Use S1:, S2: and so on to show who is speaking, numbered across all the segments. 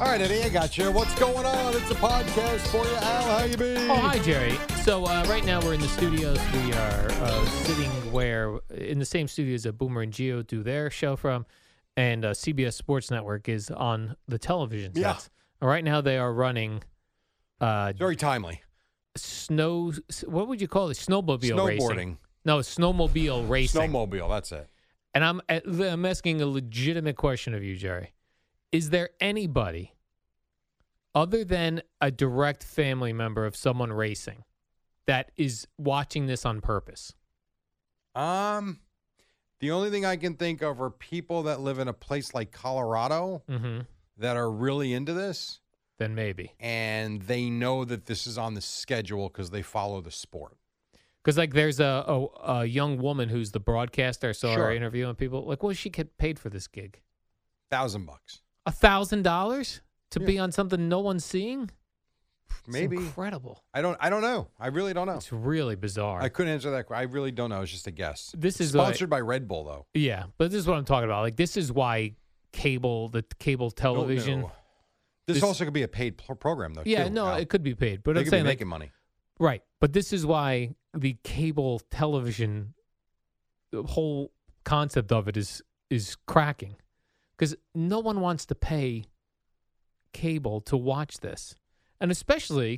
S1: All right, Eddie, I got you. What's going on? It's a podcast for you, Al. How you been?
S2: Oh, hi, Jerry. So uh, right now we're in the studios. We are uh, sitting where in the same studios that Boomer and Geo do their show from, and uh, CBS Sports Network is on the television sets.
S1: Yeah.
S2: And Right now they are running uh,
S1: Very timely.
S2: snow. s- What would you call it? Snowmobile racing.
S1: Snowboarding.
S2: No, snowmobile racing.
S1: Snowmobile, that's it.
S2: and I'm eh, I'm asking a legitimate question of you, Jerry. Is there anybody other than a direct family member of someone racing that is watching this on purpose?
S1: Um, the only thing I can think of are people that live in a place like Colorado
S2: Mm-hmm.
S1: that are really into this,
S2: Then maybe
S1: and they know that this is on the schedule because they follow the sport.
S2: because like there's a, a a young woman who's the broadcaster. I saw
S1: Sure.
S2: her interviewing people. Like, well, she get paid for this gig
S1: Thousand bucks,
S2: a thousand dollars to be on something no one's seeing. It's
S1: maybe.
S2: incredible.
S1: I don't. I don't know. I really don't know.
S2: It's really bizarre.
S1: I couldn't answer that. que- I really don't know. It's just a guess.
S2: This is like-
S1: sponsored by Red Bull, though.
S2: Yeah, but this is what I'm talking about. Like this is why cable, the cable
S1: Don't
S2: television.
S1: know. This,
S2: Oh, This-
S1: also could be a paid pro- program, though.
S2: Yeah,
S1: too,
S2: no,
S1: Al.
S2: it could be paid, but
S1: they
S2: I'm
S1: could
S2: saying
S1: be
S2: like
S1: making money.
S2: right. But this is why the cable television the whole concept of it is is cracking because no one wants to pay cable to watch this, and especially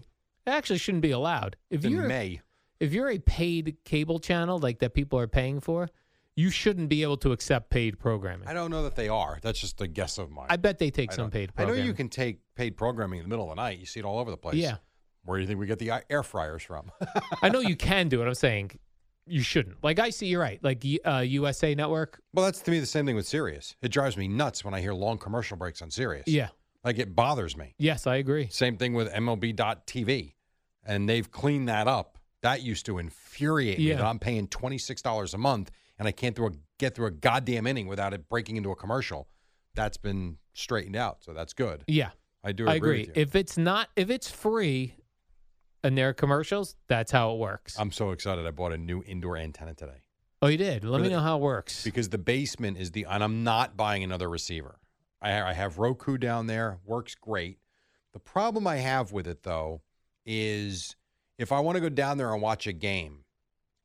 S2: it actually shouldn't be allowed. If
S1: It's in
S2: you're
S1: May,
S2: if you're a paid cable channel like that people are paying for, you shouldn't be able to accept paid programming.
S1: I don't know that they are. That's just a guess of mine.
S2: I bet they take
S1: I
S2: some
S1: don't-
S2: paid.
S1: I know
S2: Programming.
S1: you can take paid programming in the middle of the night. You see it all over the place.
S2: Yeah,
S1: Where do you think we get the i- air fryers from?
S2: I know you can do it. I'm saying you shouldn't. Like I see, you're right. Like y- uh, USA Network.
S1: well, that's to me the same thing with Sirius. It drives me nuts when I hear long commercial breaks on Sirius.
S2: Yeah.
S1: Like it bothers me.
S2: Yes, I agree.
S1: Same thing with MLB.TV. And they've cleaned that up. That used to infuriate me
S2: Yeah.
S1: that I'm paying $26 a month and I can't through a, get through a goddamn inning without it breaking into a commercial. That's been straightened out. So that's good.
S2: Yeah,
S1: I do
S2: I
S1: agree.
S2: agree.
S1: With you.
S2: If it's not, if it's free, and there are commercials, that's how it works.
S1: I'm so excited. I bought a new indoor antenna today
S2: oh, you did. Let me
S1: really-
S2: know how it works.
S1: because the basement is the, and I'm not buying another receiver. I, I have Roku down there, works great. The problem I have with it though is if I want to go down there and watch a game,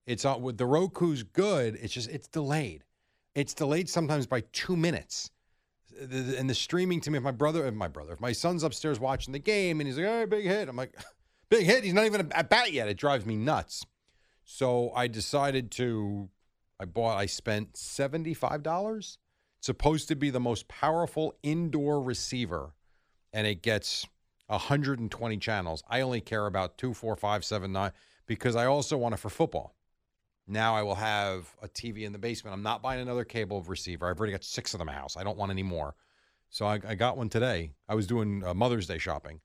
S1: it's on with the Roku's good. It's just it's delayed. It's delayed sometimes by two minutes. The- the- And the streaming to me, if my brother, if my brother, if my son's upstairs watching the game and he's like, "Hey, big hit," I'm like, "Big hit." He's not even at bat yet. It drives me nuts. So I decided to. I bought. I spent seventy five dollars. Supposed to be the most powerful indoor receiver, and it gets hundred and twenty channels. I only care about two, four, five, seven, nine because I also want it for football. Now I will have a TV in the basement. I'm not buying another cable receiver. I've already got six of them in my house. I don't want any more. So I, I got one today. I was doing uh, Mother's Day shopping,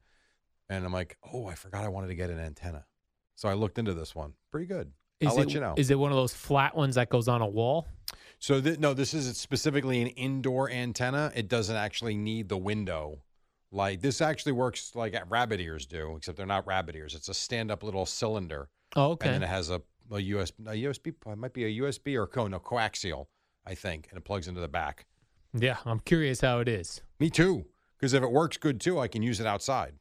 S1: and I'm like, oh, I forgot I wanted to get an antenna. So I looked into this one. Pretty good.
S2: Is
S1: I'll
S2: it,
S1: let you know.
S2: Is it one of those flat ones that goes on a wall?
S1: So th- no, this is specifically an indoor antenna. It doesn't actually need the window. Like this actually works like rabbit ears do, except they're not rabbit ears. It's a stand-up little cylinder,
S2: Oh, okay.
S1: and then it has a a USB, a USB, it might be a USB or co, no, coaxial, I think, and it plugs into the back.
S2: Yeah, I'm curious how it is.
S1: Me too, because if it works good too, I can use it outside.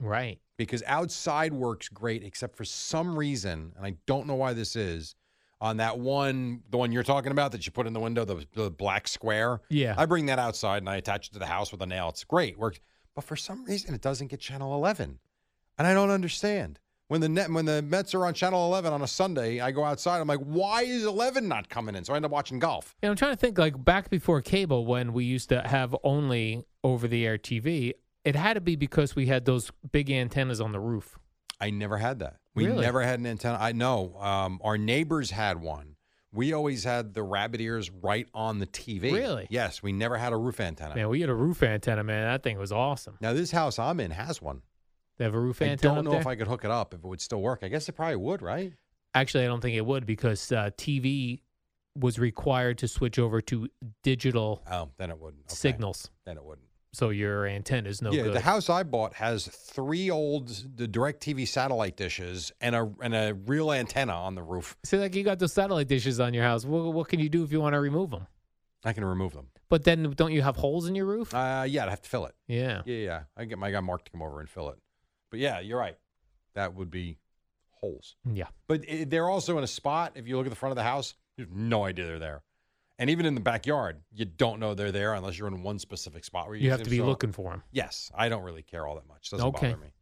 S2: Right.
S1: because outside works great, except for some reason, and I don't know why this is. On that one, the one you're talking about that you put in the window, the, the black square.
S2: Yeah.
S1: I bring that outside and I attach it to the house with a nail. It's great, works. But for some reason, it doesn't get channel 11, and I don't understand. When the net, when the Mets are on channel 11 on a Sunday, I go outside. I'm like, why is 11 not coming in? So I end up watching golf.
S2: Yeah, I'm trying to think like back before cable when we used to have only over the air TV, it had to be because we had those big antennas on the roof.
S1: I never had that. We
S2: Really?
S1: never had an antenna. I know. Um, our neighbors had one. We always had the rabbit ears right on the TV.
S2: Really?
S1: Yes. We never had a roof antenna.
S2: Man, we had a roof antenna, man. That thing was awesome.
S1: Now this house I'm in has one.
S2: They have a roof
S1: I
S2: antenna.
S1: don't
S2: up
S1: know
S2: there?
S1: if I could hook it up if it would still work. I guess it probably would, right?
S2: Actually, I don't think it would because uh, TV was required to switch over to digital
S1: Oh, then it wouldn't. Okay.
S2: signals,
S1: Then it wouldn't.
S2: so your antenna is no
S1: yeah,
S2: good.
S1: the house I bought has three old the direct TV satellite dishes and a and a real antenna on the roof.
S2: so like you got those satellite dishes on your house. What, what can you do if you want to remove them?
S1: I can remove them.
S2: But then don't you have holes in your roof?
S1: Uh yeah, I'd have to fill it.
S2: yeah.
S1: Yeah, yeah. I can get my guy Mark to come over and fill it. But yeah, you're right. That would be holes.
S2: Yeah.
S1: But i they're also in a spot. If you look at the front of the house, you have no idea they're there. And even in the backyard, you don't know they're there unless you're in one specific spot where you,
S2: You
S1: see
S2: have to
S1: them
S2: be
S1: show up.
S2: looking for them.
S1: Yes, I don't really care all that much. Doesn't
S2: Okay.
S1: bother me.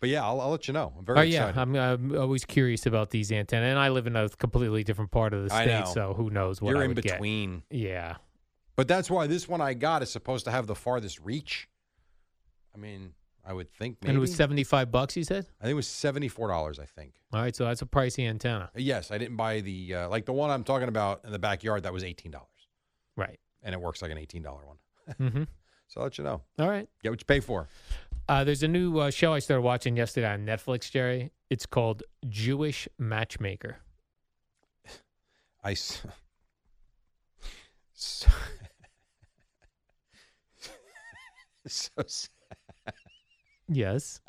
S1: But yeah, I'll, I'll let you know. I'm very
S2: Oh yeah,
S1: excited.
S2: I'm, I'm always curious about these antenna, and I live in a completely different part of the
S1: I
S2: state,
S1: know.
S2: so who knows what
S1: you're
S2: I
S1: in
S2: would get.
S1: between.
S2: Yeah,
S1: But that's why this one I got is supposed to have the farthest reach. I mean, I would think maybe.
S2: and it was seventy five bucks. You said.
S1: I think it was seventy four dollars. I think.
S2: All right, so that's a pricey antenna,
S1: Yes, I didn't buy the uh, like the one I'm talking about in the backyard. That was eighteen dollars,
S2: right?
S1: and it works like an eighteen dollar one.
S2: hmm
S1: So I'll let you know.
S2: All right.
S1: Get what you pay for.
S2: Uh, there's a new uh, show I started watching yesterday on Netflix, Jerry. It's called Jewish Matchmaker.
S1: I. s- So, so s-
S2: Yes.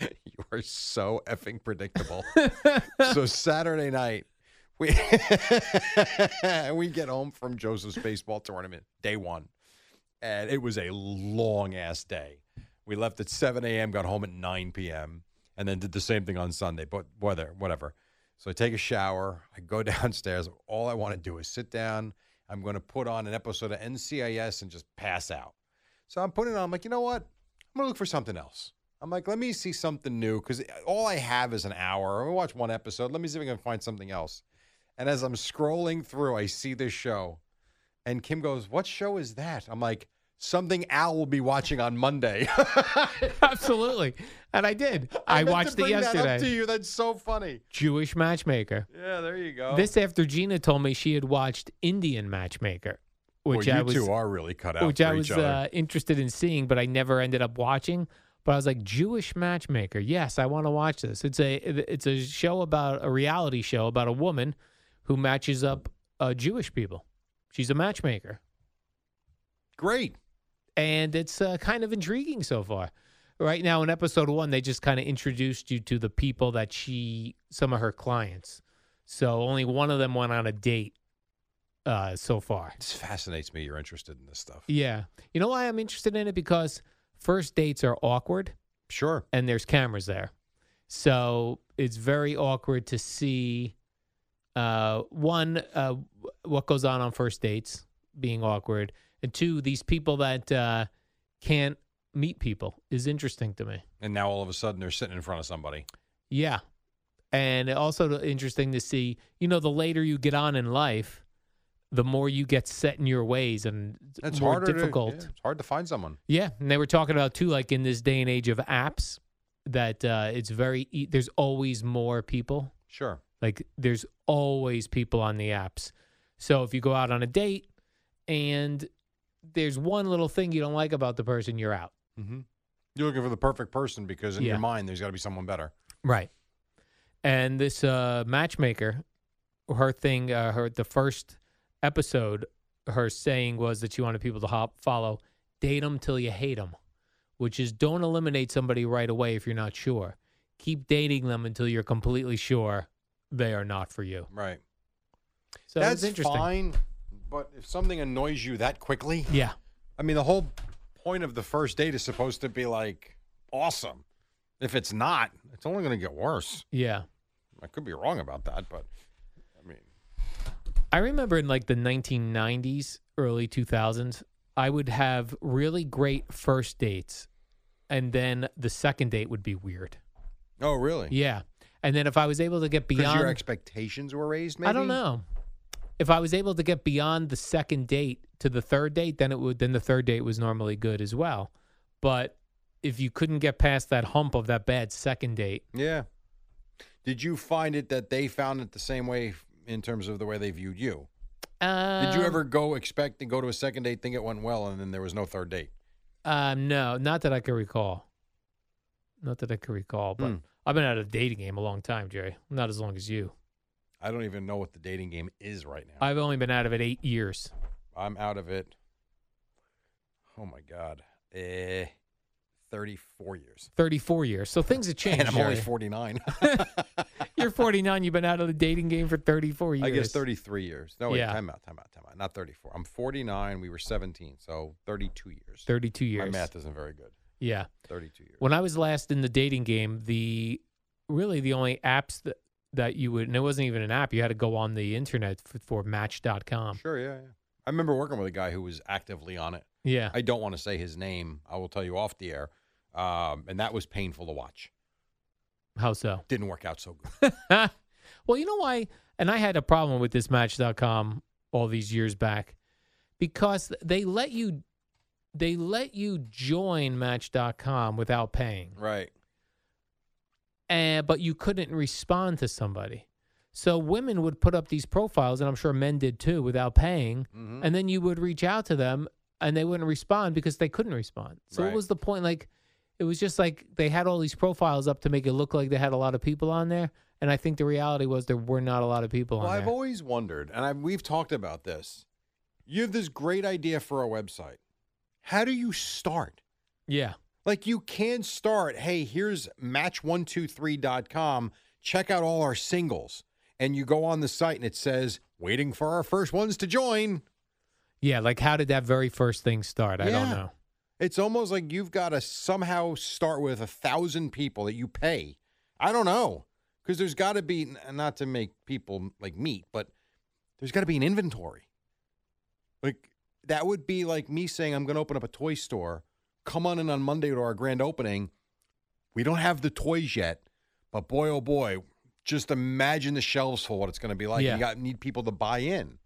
S1: you are so effing predictable. so Saturday night, we we get home from Joseph's baseball tournament day one, and it was a long ass day. We left at seven a.m., got home at nine p.m., and then did the same thing on Sunday. But whether whatever, so I take a shower, I go downstairs. All I want to do is sit down. I'm going to put on an episode of NCIS and just pass out. So I'm putting it on. I'm like, you know what? I'm gonna look for something else. I'm like, let me see something new because all I have is an hour. I watch one episode. Let me see if I can find something else. And as I'm scrolling through, I see this show, and Kim goes, "What show is that?" I'm like, "Something Al will be watching on Monday."
S2: Absolutely. And I did. I,
S1: meant to
S2: watched it
S1: bring That up to
S2: yesterday.
S1: you, that's so funny.
S2: Jewish Matchmaker.
S1: Yeah, there you go.
S2: This after Gina told me she had watched Indian Matchmaker,
S1: Boy,
S2: which
S1: you
S2: I was
S1: two are really cut out
S2: which
S1: for
S2: I
S1: each
S2: was
S1: other.
S2: uh, interested in seeing, but I never ended up watching. But I was like, Jewish matchmaker. Yes, I want to watch this. It's a it's a show about a reality show about a woman who matches up uh, Jewish people. She's a matchmaker,
S1: Great.
S2: and it's uh, kind of intriguing so far. Right now, in episode one, they just kind of introduced you to the people that she, some of her clients. So only one of them went on a date uh, so far.
S1: This fascinates me. You're interested in this stuff.
S2: Yeah. You know why I'm interested in it? Because first dates are awkward
S1: Sure.
S2: and there's cameras there. So it's very awkward to see uh, one, uh, w- what goes on on first dates being awkward. And two, these people that uh, can't meet people is interesting to me.
S1: And now all of a sudden they're sitting in front of somebody.
S2: Yeah. And also to- interesting to see, you know, the later you get on in life, the more you get set in your ways and
S1: That's
S2: more
S1: harder to-
S2: difficult.
S1: yeah, it's hard to find someone.
S2: Yeah, and they were talking about too, like in this day and age of apps, that uh, it's very e- there's always more people.
S1: Sure.
S2: Like there's always people on the apps. So if you go out on a date and there's one little thing you don't like about the person, you're out.
S1: Mm-hmm. You're looking for the perfect person because in
S2: Yeah.
S1: your mind there's got to be someone better.
S2: Right. And this uh, matchmaker, her thing, uh, her the first episode, her saying was that she wanted people to hop, follow, date them till you hate them, which is don't eliminate somebody right away if you're not sure. Keep dating them until you're completely sure they are not for you.
S1: Right.
S2: So it's
S1: That's
S2: interesting.
S1: fine, but if something annoys you that quickly,
S2: Yeah.
S1: I mean, the whole point of the first date is supposed to be like awesome. If it's not, it's only going to get worse.
S2: Yeah.
S1: I could be wrong about that, but I mean,
S2: I remember in like the 1990s, early 2000s, I would have really great first dates, and then the second date would be weird.
S1: oh really?
S2: Yeah, and then if I was able to get
S1: Because
S2: beyond,
S1: your expectations were raised. Maybe
S2: I don't know. If I was able to get beyond the second date to the third date, then it would. Then the third date was normally good as well. But if you couldn't get past that hump of that bad second date,
S1: Yeah. Did you find it that they found it the same way in terms of the way they viewed you? Did you
S2: um,
S1: ever go expect and go to a second date, think it went well, and then there was no third date?
S2: Um, no, not that I can recall. Not that I can recall, but
S1: Hmm.
S2: I've been out of the dating game a long time, Jerry. Not as long as you.
S1: I don't even know what the dating game is right now.
S2: I've only been out of it eight years.
S1: I'm out of it. Oh my god, eh, thirty-four years,
S2: Thirty-four years. So things have changed.
S1: and I'm only
S2: Jerry.
S1: forty-nine.
S2: You're forty-nine. You've been out of the dating game for thirty-four years.
S1: I guess thirty-three years. No, wait,
S2: Yeah.
S1: time out, time out, time out. Not thirty-four. I'm forty-nine. We were seventeen, so thirty-two years.
S2: Thirty-two years.
S1: My math isn't very good.
S2: Yeah.
S1: Thirty-two years.
S2: When I was last in the dating game, the really the only apps that that you would and it wasn't even an app. You had to go on the internet for, for Match.com.
S1: Sure, yeah, yeah. I remember working with a guy who was actively on it.
S2: Yeah.
S1: I don't want to say his name. I will tell you off the air. Um, and that was painful to watch.
S2: How so?
S1: Didn't work out so good.
S2: well, you know why? And I had a problem with this match.com all these years back because they let you they let you join match.com without paying.
S1: right.
S2: And eh, but you couldn't respond to somebody. So women would put up these profiles and I'm sure men did too without paying
S1: hmm
S2: and then you would reach out to them and they wouldn't respond because they couldn't respond. So
S1: Right.
S2: what was the point like it was just like they had all these profiles up to make it look like they had a lot of people on there and I think the reality was there were not a lot of people
S1: Well,
S2: on
S1: I've
S2: there.
S1: always wondered, and I, we've talked about this. You have this great idea for a website. How do you start?
S2: yeah.
S1: Like, you can start, hey, here's match123.com. Check out all our singles. And you go on the site and it says, waiting for our first ones to join.
S2: Yeah, like how did that very first thing start? I don't
S1: Yeah.
S2: know.
S1: It's almost like you've got to somehow start with a thousand people that you pay. I don't know. Because there's got to be, n- not to make people like meat, but there's got to be an inventory. Like, that would be like me saying, I'm going to open up a toy store. Come on in on Monday to our grand opening. We don't have the toys yet, but boy, oh boy, just imagine the shelves for what it's going to be like.
S2: Yeah.
S1: You got, need people to buy in.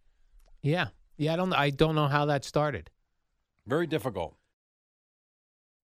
S2: Yeah. Yeah, I don't I don't know how that started.
S1: Very difficult.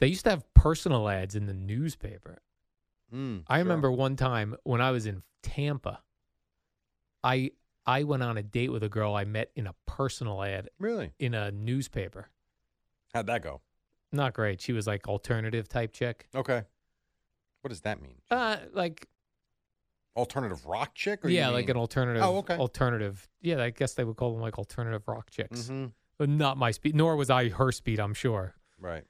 S2: They used to have personal ads in the newspaper.
S1: Mm,
S2: I
S1: sure.
S2: remember one time when I was in Tampa, I I went on a date with a girl I met in a personal ad
S1: Really?
S2: in a newspaper.
S1: How'd that go?
S2: Not great. She was like alternative type chick.
S1: Okay. What does that mean?
S2: Uh like
S1: Alternative rock chick? Or you
S2: yeah, like an
S1: mean-
S2: alternative
S1: Oh, okay.
S2: alternative. Yeah, I guess they would call them like alternative rock chicks.
S1: Mhm.
S2: But not my speed nor was I her speed, I'm sure.
S1: Right.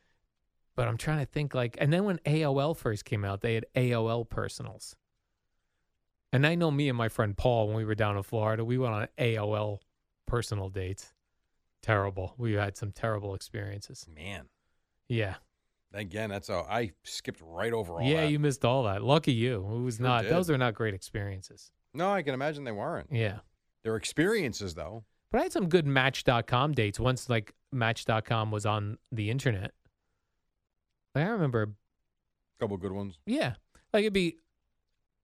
S2: but I'm trying to think like and then when AOL first came out, they had AOL personals. And I know me and my friend Paul when we were down in Florida, we went on AOL personal dates. Terrible. We had some terrible experiences.
S1: Man.
S2: Yeah.
S1: Again, that's how I skipped right over all
S2: yeah,
S1: that.
S2: you missed all that. Lucky you. It was
S1: Sure
S2: not
S1: did.
S2: those are not great experiences.
S1: No, I can imagine they weren't.
S2: Yeah.
S1: Their experiences, though.
S2: But I had some good match.com dates once like match.com was on the internet. Like, I remember
S1: couple good ones.
S2: Yeah, like it'd be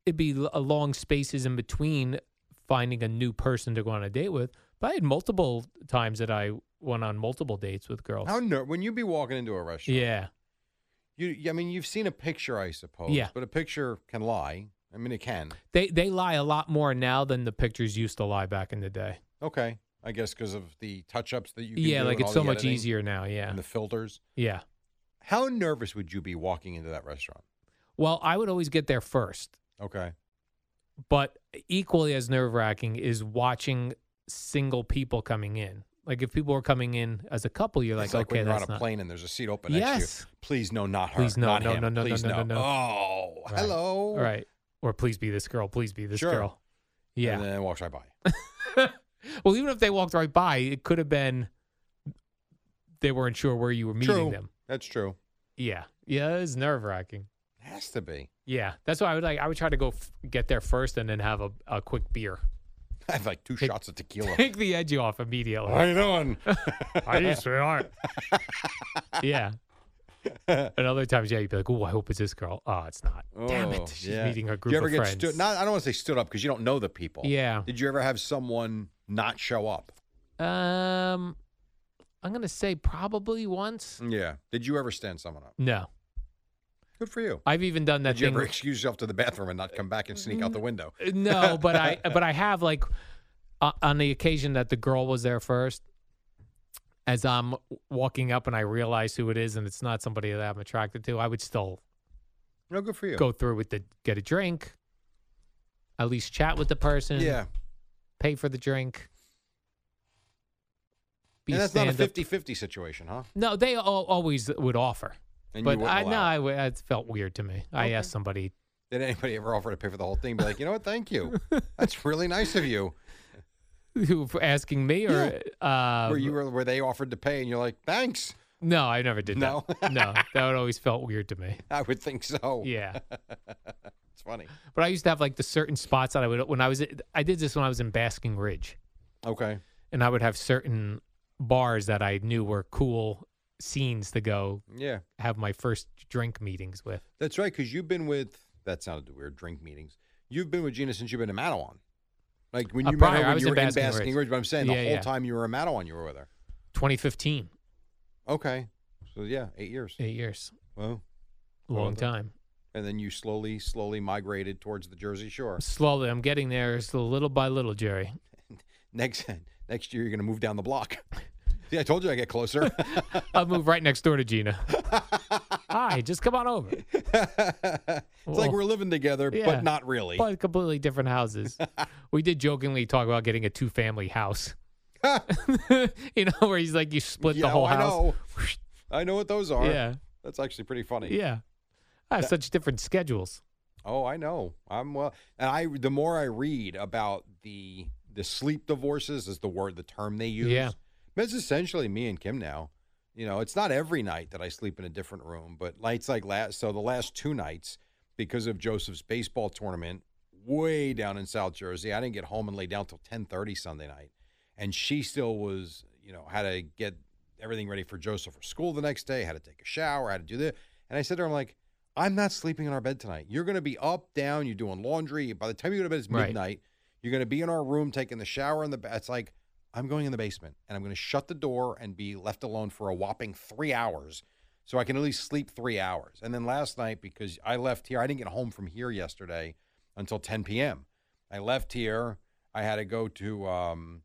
S2: it'd be l- a long spaces in between finding a new person to go on a date with. But I had multiple times that I went on multiple dates with girls.
S1: How ner- when you be walking into a restaurant,
S2: yeah,
S1: you I mean you've seen a picture, I suppose.
S2: Yeah.
S1: But a picture can lie. I mean, it can.
S2: They they lie a lot more now than the pictures used to lie back in the day.
S1: Okay, I guess because of the touch-ups that you. Can
S2: Yeah,
S1: do
S2: like
S1: and
S2: it's
S1: all
S2: so
S1: the
S2: much
S1: editing
S2: easier now. Yeah,
S1: And the filters.
S2: yeah.
S1: How nervous would you be walking into that restaurant?
S2: Well, I would always get there first,
S1: Okay.
S2: but equally as nerve wracking is watching single people coming in. Like if people were coming in as a couple, you're like,
S1: it's like
S2: okay,
S1: when you're
S2: that's
S1: on a
S2: not.
S1: plane and there's a seat open
S2: Yes.
S1: next to you. Please no, not her.
S2: Please, no,
S1: not
S2: no,
S1: him.
S2: no, no, no,
S1: Please
S2: no, no, no.
S1: Oh,
S2: Right.
S1: hello.
S2: Right. Or please be this girl. Please be this
S1: Sure.
S2: girl. Yeah.
S1: And then it walks right by.
S2: well, even if they walked right by, it could have been they weren't sure where you were meeting
S1: true.
S2: them.
S1: That's true.
S2: Yeah. Yeah, it's nerve wracking.
S1: Has to be.
S2: Yeah. That's why I would like, I would try to go f- get there first and then have a, a quick beer.
S1: I have like two
S2: Take-
S1: shots of tequila.
S2: Take the edge off immediately.
S1: How you doing?
S2: I used to art. yeah. And other times, yeah, you'd be like, "Oh, I hope it's this girl." Oh, it's not. Damn
S1: Oh,
S2: it! She's
S1: yeah.
S2: meeting her
S1: Do
S2: group
S1: you ever
S2: of
S1: get
S2: friends.
S1: Stood, not, I don't want to say stood up because you don't know the people.
S2: Yeah.
S1: Did you ever have someone not show up?
S2: um, I'm gonna say probably once.
S1: Yeah. Did you ever stand someone up?
S2: No,
S1: Good for you.
S2: I've even done that
S1: Did you
S2: thing. Mm-hmm.
S1: ever excuse yourself to the bathroom and not come back and sneak out the window?
S2: no, but I but I have like uh, on the occasion that the girl was there first. As I'm walking up and I realize who it is, and it's not somebody that I'm attracted to, I would still
S1: No, good for you.
S2: go through with the get a drink, at least chat with the person.
S1: Yeah.
S2: pay for the drink.
S1: and that's not a
S2: stand up-
S1: 50 50 situation, huh?
S2: No, they all, always would offer,
S1: And
S2: but
S1: wouldn't
S2: I no,
S1: allow
S2: I
S1: it.
S2: w- it felt weird to me. I asked somebody,
S1: Did anybody ever offer to pay for the whole thing? Be like, you know what? Thank you. That's really nice of you.
S2: who for asking me, or uh,
S1: where you were, where they offered to pay, and you're like, thanks.
S2: no, I never did
S1: No?
S2: that. no, that would always felt weird to me.
S1: I would think so.
S2: Yeah,
S1: it's funny.
S2: but I used to have like the certain spots that I would when I was I did this when I was in Basking Ridge,
S1: Okay.
S2: and I would have certain bars that I knew were cool scenes to go
S1: Yeah,
S2: have my first drink meetings with.
S1: that's right. Because you've been with that sounded weird. Drink meetings. You've been with Gina since you've been in Mattawan. Like when
S2: Uh,
S1: you
S2: prior,
S1: met
S2: I
S1: her when
S2: was
S1: you
S2: in
S1: were in
S2: Basking
S1: Basking
S2: Ridge.
S1: Ridge, but I'm saying the
S2: Yeah,
S1: whole
S2: yeah.
S1: time you were in Mattawan, you were with her.
S2: 2015,
S1: Okay. So yeah, eight years.
S2: eight years,
S1: Well,
S2: long
S1: Well,
S2: time.
S1: and then you slowly, slowly migrated towards the Jersey Shore.
S2: Slowly, I'm getting there. It's little by little, Jerry.
S1: Next, next year, you're gonna move down the block. See, I told you I get closer.
S2: I'll move right next door to Gina. Hi, just come on over.
S1: it's
S2: Well,
S1: like we're living together,
S2: Oh. yeah.
S1: but not really.
S2: But completely different houses. we did jokingly talk about getting a two family house. you know, where he's like, you split
S1: yeah,
S2: the whole
S1: I
S2: house.
S1: know. I know what those are.
S2: Yeah.
S1: That's actually pretty funny.
S2: Yeah. I have such different schedules.
S1: Oh, I know. I'm well, and I the more I read about the the sleep divorces is the word, the term they use.
S2: Yeah.
S1: but it's essentially me and Kim now. You know, it's not every night that I sleep in a different room, but nights like last, so the last two nights because of Joseph's baseball tournament way down in South Jersey, I didn't get home and lay down till ten thirty Sunday night, and she still was, you know, had to get everything ready for Joseph for school the next day, had to take a shower, had to do this, and I said to her, I'm like. I'm not sleeping in our bed tonight. You're going to be up, down. You're doing laundry. By the time you go to bed, it's
S2: Right.
S1: midnight. You're going to be in our room taking the shower in the. Ba- it's like I'm going in the basement and I'm going to shut the door and be left alone for a whopping three hours, so I can at least sleep three hours. And then last night, because I left here, I didn't get home from here yesterday until 10 p.m. I left here. I had to go to. Um,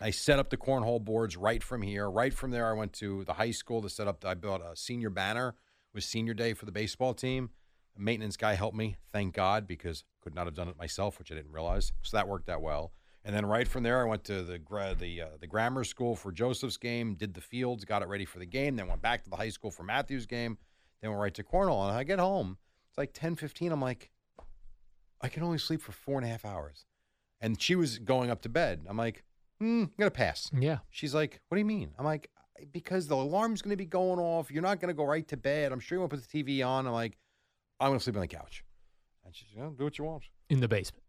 S1: I set up the cornhole boards right from here. Right from there, I went to the high school to set up. I built a senior banner. It was senior day for the baseball team. A maintenance guy helped me, thank God, because could not have done it myself, which I didn't realize. So that worked out well. And then right from there, I went to the gra- the uh, the grammar school for Joseph's game. Did the fields, got it ready for the game. Then went back to the high school for Matthew's game. Then went right to cornhole. And I get home. It's like ten fifteen. I'm like, I can only sleep for four and a half hours. And she was going up to bed. I'm like, hmm, I'm gonna pass.
S2: Yeah.
S1: She's like, "What do you mean?" I'm like, "Because the alarm's going to be going off. You're not going to go right to bed. I'm sure you won't put the TV on." I'm like, "I'm going to sleep on the couch." And she's, "Yeah, "Do what you want."
S2: In the basement,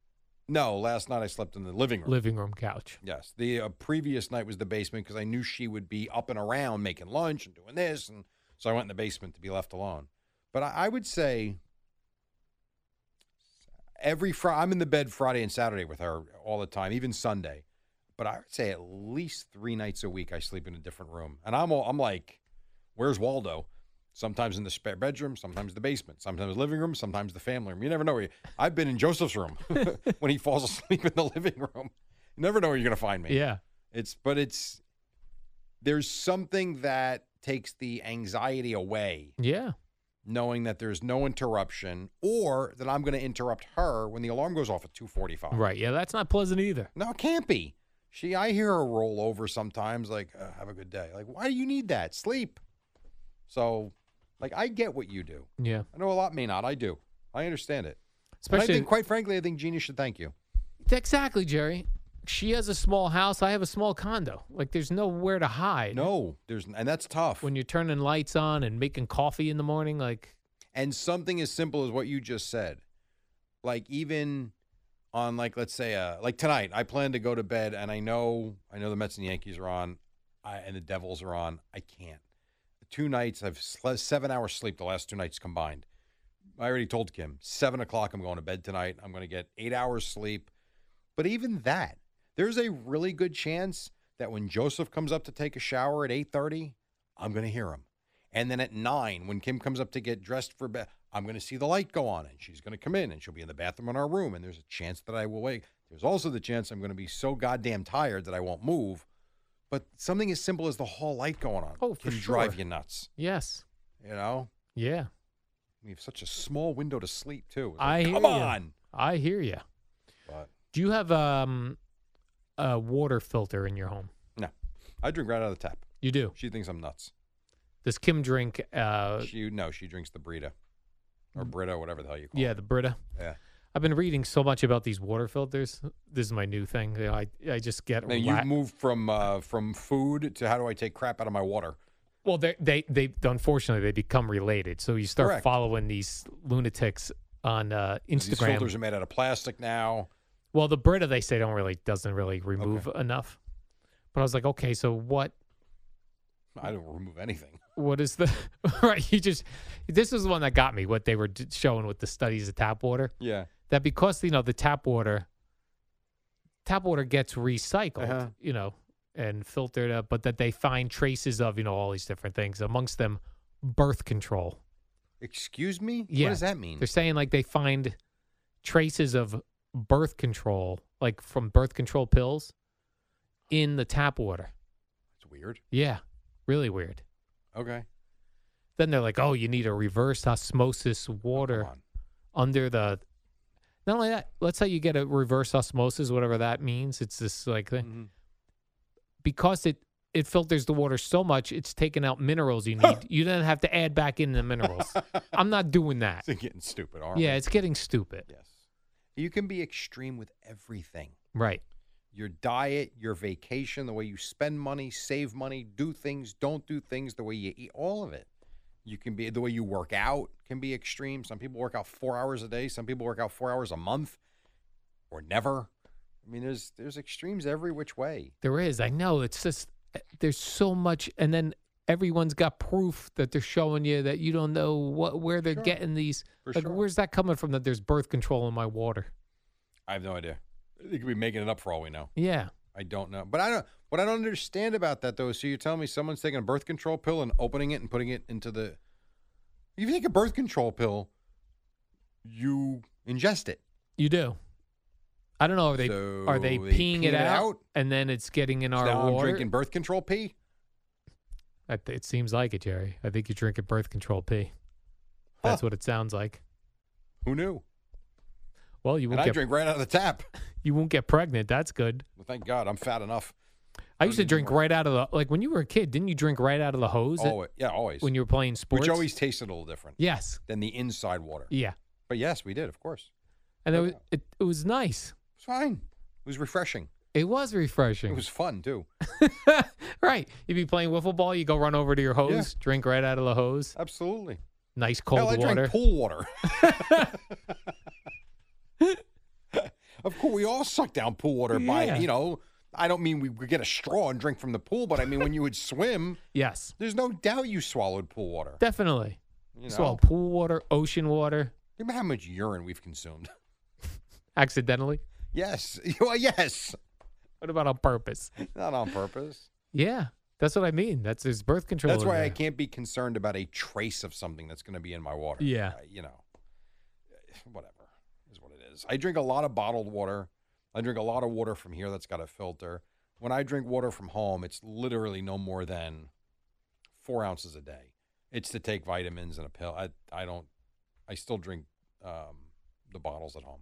S1: No, last night I slept in the living room.
S2: living room couch.
S1: Yes, the uh, previous night was the basement because I knew she would be up and around making lunch and doing this, and so I went in the basement to be left alone. But I, I would say every Friday I'm in the bed Friday and Saturday with her all the time, even Sunday. But I would say at least three nights a week I sleep in a different room, and I'm all, I'm like, "Where's Waldo?" Sometimes in the spare bedroom, sometimes the basement, sometimes the living room, sometimes the family room. You never know where you, I've been in Joseph's room when he falls asleep in the living room. You never know where you're going to find me.
S2: Yeah.
S1: It's but it's there's something that takes the anxiety away
S2: Yeah.
S1: knowing that there's no interruption or that I'm going to interrupt her when the alarm goes off at 2:45.
S2: Right. Yeah. That's not pleasant either.
S1: No, it can't be. She, I hear her roll over sometimes, like, uh, have a good day. Like, why do you need that? Sleep. So, like, I get what you do.
S2: Yeah.
S1: I know a lot may not. I do. I understand it. And I
S2: Especially
S1: think, quite frankly, I think Gina should thank you.
S2: exactly, Jerry. She has a small house. I have a small condo. Like there's nowhere to hide.
S1: No, there's, and that's tough.
S2: When you're turning lights on and making coffee in the morning, like
S1: and something as simple as what you just said, like even on like let's say uh like tonight, I plan to go to bed, and I know I know the Mets and Yankees are on, I, and the Devils are on. I can't. Two nights I've slept seven hours sleep the last two nights combined. I already told Kim seven o'clock I'm going to bed tonight. I'm going to get eight hours sleep, but even that, there's a really good chance that when Joseph comes up to take a shower at eight thirty, I'm going to hear him. And then at nine, when Kim comes up to get dressed for bed, I'm going to see the light go on and she's going to come in and she'll be in the bathroom in our room. And there's a chance that I will wake. There's also the chance I'm going to be so goddamn tired that I won't move. But something as simple as the hall light going on
S2: Oh, for
S1: can drive
S2: sure.
S1: you nuts.
S2: yes.
S1: You know,
S2: Yeah.
S1: we have such a small window to sleep too. It's
S2: I
S1: like,
S2: hear
S1: come
S2: ya.
S1: on.
S2: I hear you.
S1: But
S2: Do you have um a water filter in your home?
S1: no, I drink right out of the tap.
S2: You do.
S1: She thinks I'm nuts.
S2: Does Kim drink uh Mm.
S1: she no, she drinks the Brita or Brita, whatever the hell you call
S2: yeah,
S1: it.
S2: the Brita?
S1: Yeah,
S2: I've been reading so much about these water filters. This is my new thing. You know, I I just get
S1: Now you
S2: la-
S1: moved from uh, from food to how do I take crap out of my water?
S2: well. They they they unfortunately they become related. So you start
S1: Correct.
S2: following these lunatics on uh,
S1: These filters
S2: Instagram.
S1: are made out of plastic now.
S2: Well, the Brita they say don't really doesn't really remove enough. But I was like, okay, so what
S1: I don't remove anything.
S2: what is the right? You just this is the one that got me. What they were d- showing with the studies of tap water
S1: Yeah.
S2: that because you know the tap water tap water gets recycled
S1: Uh-huh.
S2: you know and filtered up but that they find traces of you know all these different things amongst them birth control
S1: Excuse me?
S2: Yeah.
S1: What does that mean?
S2: they're saying like they find traces of birth control like from birth control pills in the tap water
S1: It's weird.
S2: yeah really weird
S1: Okay.
S2: then they're like oh you need a reverse osmosis
S1: Oh, Come
S2: water
S1: on.
S2: under the not only that let's say you get a reverse osmosis whatever that means it's this like thing
S1: Mhm.
S2: because it it filters the water so much it's taking out minerals you need you then have to add back in the minerals i'm not doing that
S1: It's getting stupid, aren't
S2: yeah
S1: we?
S2: it's getting stupid
S1: Yes. You can be extreme with everything.
S2: right
S1: Your diet, your vacation, the way you spend money, save money, do things, don't do things, the way you eat, all of it. You can be the way you work out can be extreme. Some people work out four hours a day. Some people work out four hours a month, or never. I mean, there's there's extremes every which way.
S2: there is i know it's just eh, there's so much and then everyone's got proof that they're showing you that you don't know what where they're
S1: Sure.
S2: getting these
S1: For
S2: like
S1: sure.
S2: where's that coming from that there's birth control in my water
S1: I have no idea. They could be making it up for all we know.
S2: yeah
S1: I don't know. But I don't what I don't understand about that though, is so you're telling me someone's taking a birth control pill and opening it and putting it into the if you take a birth control pill, you ingest it.
S2: You do. I don't know. Are they are they
S1: So
S2: peeing
S1: they pee
S2: it
S1: it
S2: out,
S1: out?
S2: and then it's getting in
S1: So
S2: our
S1: now I'm
S2: water?
S1: drinking birth control pee.
S2: I th- it seems like it, Jerry. I think you're drinking birth control pee. That's
S1: Huh.
S2: what it sounds like.
S1: Who knew?
S2: Well, you
S1: And
S2: won't
S1: I
S2: get
S1: drink right out of the tap.
S2: you won't get pregnant. That's good.
S1: Well, thank God I'm fat enough.
S2: I
S1: Don't
S2: used to
S1: need
S2: drink
S1: more.
S2: right out of the like when you were a kid. Didn't you drink right out of the hose at-
S1: Mm. Always, yeah, always.
S2: when you were playing sports?
S1: Which always tasted a little different
S2: yes,
S1: than the inside water.
S2: yeah,
S1: But yes, we did, of course.
S2: and it
S1: No
S2: was
S1: doubt.
S2: it, it was nice.
S1: It's fine. It was refreshing.
S2: It was refreshing.
S1: It was fun too.
S2: right. You'd be playing wiffle ball. You go run over to your hose, drink right out of the hose.
S1: Absolutely.
S2: Nice cold
S1: Hell, I
S2: water.
S1: drank pool water. of course, we all suck down pool water
S2: Yeah.
S1: by, you know, I don't mean we would get a straw and drink from the pool, but I mean when you would swim,
S2: yes,
S1: there's no doubt you swallowed pool water.
S2: definitely.
S1: You know?
S2: So pool water, ocean water,
S1: Remember how much urine we've consumed?
S2: accidentally.
S1: Yes. Well, yes.
S2: What about on purpose?
S1: Not on purpose.
S2: Yeah. That's what I mean. That's his birth control.
S1: That's
S2: in
S1: why I
S2: there.
S1: can't be concerned about a trace of something that's going to be in my water.
S2: Yeah.
S1: Uh, you know, whatever is what it is. I drink a lot of bottled water. I drink a lot of water from here that's got a filter. When I drink water from home, it's literally no more than four ounces a day. It's to take vitamins and a pill. I, I don't, I still drink um, the bottles at home.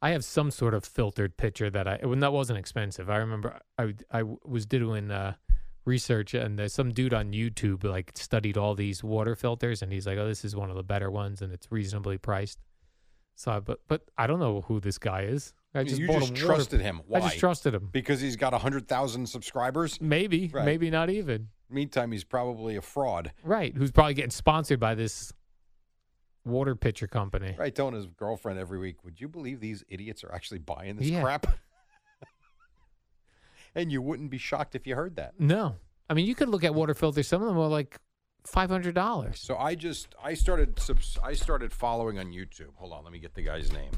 S2: I have some sort of filtered pitcher that I when that wasn't expensive. I remember I I was doing uh, research and there's some dude on YouTube like studied all these water filters and he's like, oh, this is one of the better ones and it's reasonably priced. So, I, but but I don't know who this guy is. I just
S1: you
S2: bought
S1: just
S2: him water-
S1: trusted him. Why?
S2: I just trusted him.
S1: Because he's got 100,000 subscribers.
S2: Maybe
S1: Right.
S2: maybe not even
S1: Meantime, he's probably a fraud.
S2: right. Who's probably getting sponsored by this water pitcher company?
S1: Right, telling his girlfriend every week, would you believe these idiots are actually buying this
S2: Yeah.
S1: crap? and you wouldn't be shocked if you heard that.
S2: No, I mean you could look at water filters. Some of them are like five hundred dollars.
S1: So I just I started subs- I started following on YouTube. Hold on, let me get the guy's name.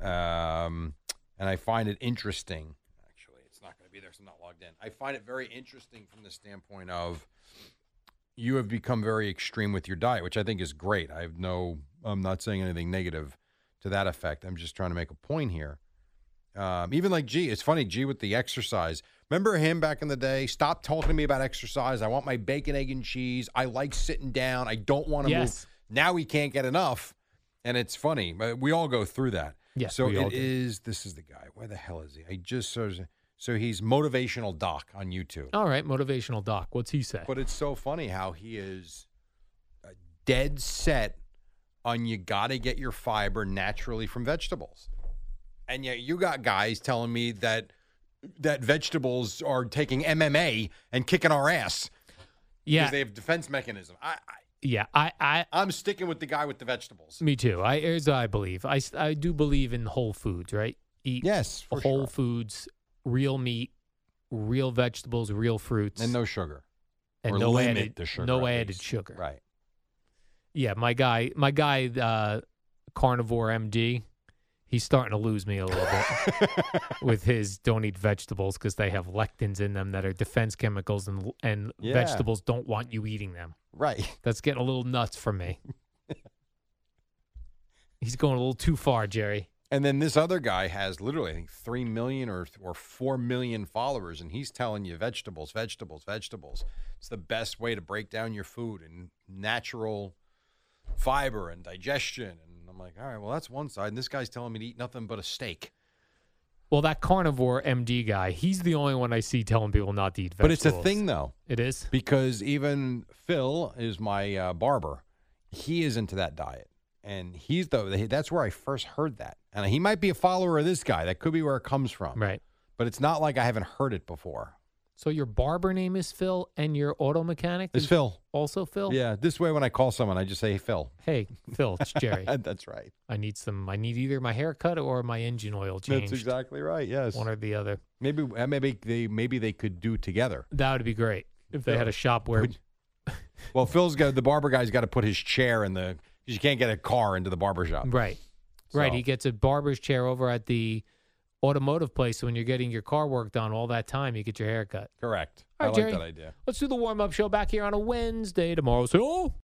S1: Um, and I find it interesting. Actually, it's not going to be there, so I'm not logged in. I find it very interesting from the standpoint of you have become very extreme with your diet, which I think is great. I have no, I'm not saying anything negative to that effect. I'm just trying to make a point here. Um, even like G, it's funny, G with the exercise. Remember him back in the day? Stop talking to me about exercise. I want my bacon, egg, and cheese. I like sitting down. I don't want to
S2: Yes.
S1: move. Now he can't get enough. And it's funny. but We all go through that.
S2: Yes,
S1: So
S2: we all
S1: it
S2: do.
S1: is, this is the guy. Where the hell is he? I just, so, so he's motivational doc on YouTube.
S2: All right, motivational doc. What's he say?
S1: But it's so funny how he is uh, dead set on you got to get your fiber naturally from vegetables. And yet you got guys telling me that that vegetables are taking MMA and kicking our ass
S2: yeah,
S1: because they have defense mechanism. I,
S2: yeah. I, I,
S1: I I'm sticking with the guy with the vegetables.
S2: me too. I here's what I believe. I, s- I do believe in whole foods, right? Eat
S1: Yes, for
S2: whole
S1: sure.
S2: foods, real meat, real vegetables, real fruits,
S1: And no sugar.
S2: and
S1: or
S2: no
S1: limit
S2: added
S1: the sugar.
S2: no
S1: at
S2: added
S1: least.
S2: sugar.
S1: Right.
S2: Yeah, my guy, my guy, uh, carnivore MD. He's starting to lose me a little bit with his don't eat vegetables because they have lectins in them that are defense chemicals and and
S1: Yeah.
S2: vegetables don't want you eating them.
S1: Right.
S2: That's getting a little nuts for me. He's going a little too far, Jerry.
S1: And then this other guy has literally, I think, three million or or four million followers, and he's telling you vegetables, vegetables, vegetables. It's the best way to break down your food and natural fiber and digestion. And I'm like, all right, well, that's one side. And this guy's telling me to eat nothing but a steak.
S2: Well, that carnivore MD guy, he's the only one I see telling people not to eat
S1: But
S2: vegetables.
S1: it's a thing, though,
S2: It is.
S1: because even Phil is my uh, barber. He is into that diet, and he's the that's where I first heard that. And he might be a follower of this guy. That could be where it comes from.
S2: Right.
S1: But it's not like I haven't heard it before.
S2: So your barber name is Phil and your auto mechanic
S1: It's
S2: is
S1: Phil.
S2: also Phil?
S1: Yeah, this way when I call someone, I just say, hey, Phil.
S2: Hey, Phil, it's Jerry.
S1: That's right.
S2: I need some I need either my haircut or my engine oil changed.
S1: That's exactly right. Yes.
S2: One or the other.
S1: Maybe uh, maybe they maybe they could do together.
S2: That would be great. If they had a shop where
S1: Would- Well, Phil's got the barber guy's got to put his chair in the because you can't get a car into the barber shop.
S2: Right. Right.
S1: So-
S2: He gets a barber's chair over at the automotive place. So when you're getting your car worked on all that time, you get your hair cut.
S1: Correct.
S2: All right,
S1: I like
S2: Jerry.
S1: that idea.
S2: Let's do the warm up show back here on a Wednesday tomorrow. So.